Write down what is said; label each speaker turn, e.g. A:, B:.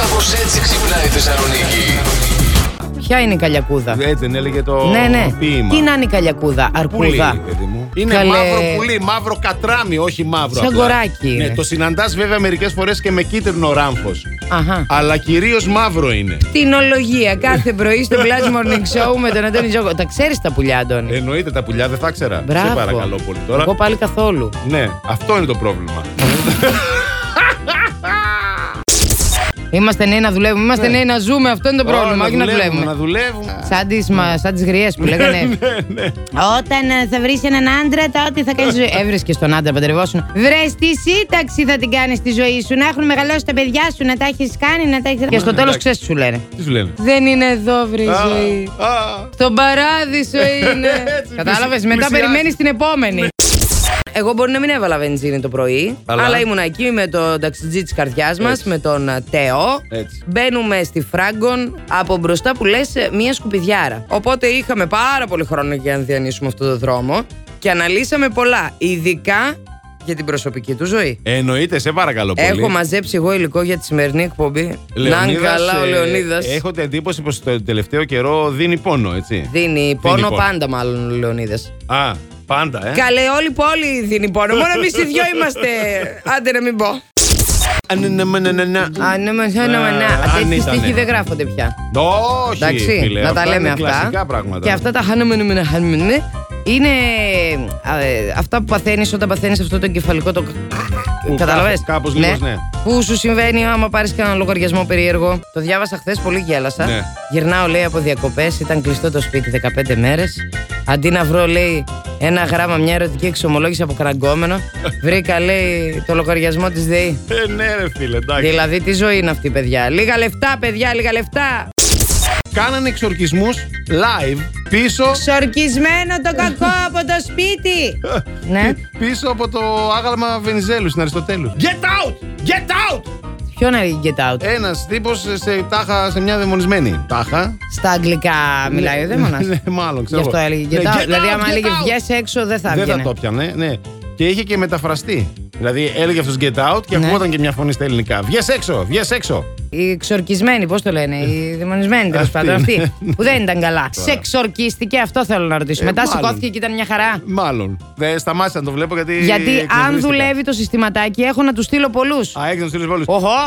A: Κάπως έτσι ξυπνάει η Θεσσαλονίκη.
B: Ποια είναι η καλιακούδα.
C: Ε, δεν έλεγε το
B: ναι, ναι.
C: ποίημα.
B: Τι να είναι η καλιακούδα,
C: Πουλί,
B: αρκούδα.
C: παιδί μου. Είναι
B: Καλέ.
C: μαύρο πουλί, μαύρο κατράμι, όχι μαύρο.
B: Σαν
C: απλά.
B: κοράκι
C: Ναι,
B: είναι.
C: το συναντάς βέβαια μερικές φορές και με κίτρινο ράμφος.
B: Αχα.
C: Αλλά κυρίως μαύρο είναι.
B: Τινολογία κάθε πρωί στο Blast Morning Show με τον Αντώνη Ζόκο. Τα ξέρεις τα πουλιά, Αντώνη.
C: Εννοείται τα πουλιά, δεν θα ξέρα.
B: Μπράβο.
C: Ε, Σε παρακαλώ πολύ τώρα.
B: Εγώ πάλι καθόλου.
C: Ναι, αυτό είναι το πρόβλημα.
B: Είμαστε νέοι να δουλεύουμε. Είμαστε νέοι να ζούμε. Αυτό είναι το πρόβλημα.
C: Όλα,
B: Όχι να
C: Ε. Να Ε.
B: δουλεύουμε.
C: δουλεύουμε.
B: Σαν τις, μα, σαν τις γριές που λέγανε
C: Ναι,
B: Όταν ε, θα βρεις έναν άντρα Τότε θα κάνεις ζωή Έβρισκες τον άντρα παντρευόσουν Βρες τη σύνταξη θα την κάνεις στη ζωή σου Να έχουν μεγαλώσει τα παιδιά σου Να τα έχεις κάνει να τα έχεις... Και στο τέλος
C: εντάξει.
B: ξέρεις τι σου λένε
C: Τι σου λένε.
B: Δεν είναι εδώ βρε η ζωή
C: Α, α.
B: Στον παράδεισο είναι.
C: Έτσι,
B: Κατάλαβε.
C: πλησι-
B: Μετά
C: πλησιάζει.
B: περιμένεις την επόμενη. Εγώ μπορεί να μην έβαλα βενζίνη το πρωί, αλλά,
C: Αλλά?
B: ήμουν εκεί με τον ταξιτζή της καρδιάς μας,
C: Έτσι.
B: με τον α, Τέο.
C: Έτσι.
B: Μπαίνουμε στη Φράγκον από μπροστά που λες μία σκουπιδιάρα. Οπότε είχαμε πάρα πολύ χρόνο για να διανύσουμε αυτό το δρόμο και αναλύσαμε πολλά, ειδικά για την προσωπική του ζωή.
C: Εννοείται, σε παρακαλώ πολύ.
B: Έχω μαζέψει εγώ υλικό για τη σημερινή εκπομπή. Να είναι
C: Λεωνίδας,
B: καλά ο
C: ε,
B: Λεωνίδας.
C: Έχω την εντύπωση πως το τελευταίο καιρό δίνει πόνο, έτσι.
B: Δίνει πόνο
C: πόνο.
B: πάντα, μάλλον ο Λεωνίδας.
C: Α, πάντα, ε.
B: Καλέ, όλη η πόλη δίνει πόνο. Μόνο εμείς οι δυο είμαστε. Άντε να μην πω.
C: Α, ναι, ναι, ναι, ναι, ναι, ναι.
B: Α, ναι, ναι, ναι, ναι.
C: Ε,
B: Α,
C: αν
B: Τέτοιοι
C: ήτανε.
B: στίχοι δεν γράφονται πια.
C: Όχι,
B: Εντάξει,
C: φίλε,
B: να τα λέμε
C: είναι
B: αυτά.
C: Κλασικά πράγματα.
B: Και αυτά τα χάνουμε, ναι, ναι, χάνουμε, ναι. Είναι α, ε, αυτά που παθαίνεις όταν παθαίνεις αυτό το εγκεφαλικό. Το...
C: Που
B: Καταλαβέ.
C: κάπως- κάπως λίγος, ναι.
B: Που σου συμβαίνει άμα πάρεις κανένα λογαριασμό περίεργο. Το διάβασα χθες, πολύ γέλασα.
C: Ναι.
B: Γυρνάω, λέει, από διακοπές. Ήταν κλειστό το σπίτι 15 μέρες. Αντί να βρω, λέει, ένα γράμμα, μια ερωτική εξομολόγηση από καραγκόμενο, βρήκα, λέει, το λογαριασμό της ΔΕΗ.
C: Ε, ναι, ρε φίλε, εντάξει.
B: δηλαδή, τι ζωή είναι αυτή, παιδιά. Λίγα λεφτά, παιδιά, λίγα λεφτά.
C: Κάνανε εξορκισμούς live πίσω,
B: Ξορκισμένο το κακό από το σπίτι. ναι.
C: πίσω από το άγαλμα Βενιζέλου στην Αριστοτέλου. Get out! Get out!
B: Ποιο να get out.
C: Ένας τύπος σε, τάχα σε μια δαιμονισμένη. Τάχα.
B: Στα αγγλικά μιλάει ο δαίμονας.
C: Ναι, μάλλον,
B: Γι'
C: ξέρω.
B: αυτό
C: εγώ.
B: έλεγε
C: Ναι,
B: get out.
C: get
B: Δηλαδή,
C: out,
B: άμα
C: get
B: έλεγε
C: out.
B: βγες έξω, δεν θα
C: Δεν θα
B: βγαίνει.
C: το πιανε, ναι. Και είχε και μεταφραστεί. Δηλαδή έλεγε αυτός get out και
B: Ναι.
C: ακούγονταν και μια φωνή στα ελληνικά. Βγες έξω, βγες έξω.
B: Οι εξορκισμένοι, πώς το λένε, οι δαιμονισμένοι τέλος
C: Ε, Αυτοί,
B: πάντων.
C: ναι.
B: Αυτοί που δεν ήταν καλά. Σε εξορκίστηκε, αυτό θέλω να ρωτήσω.
C: Ε,
B: Μετά
C: μάλλον.
B: σηκώθηκε και ήταν μια χαρά.
C: Μάλλον. Δεν σταμάτησα να το βλέπω γιατί.
B: Γιατί αν
C: Ε, εκνευρίστηκα.
B: δουλεύει το συστηματάκι, έχω να του στείλω πολλούς.
C: Α, έκανα του πολλού.
B: Οχο!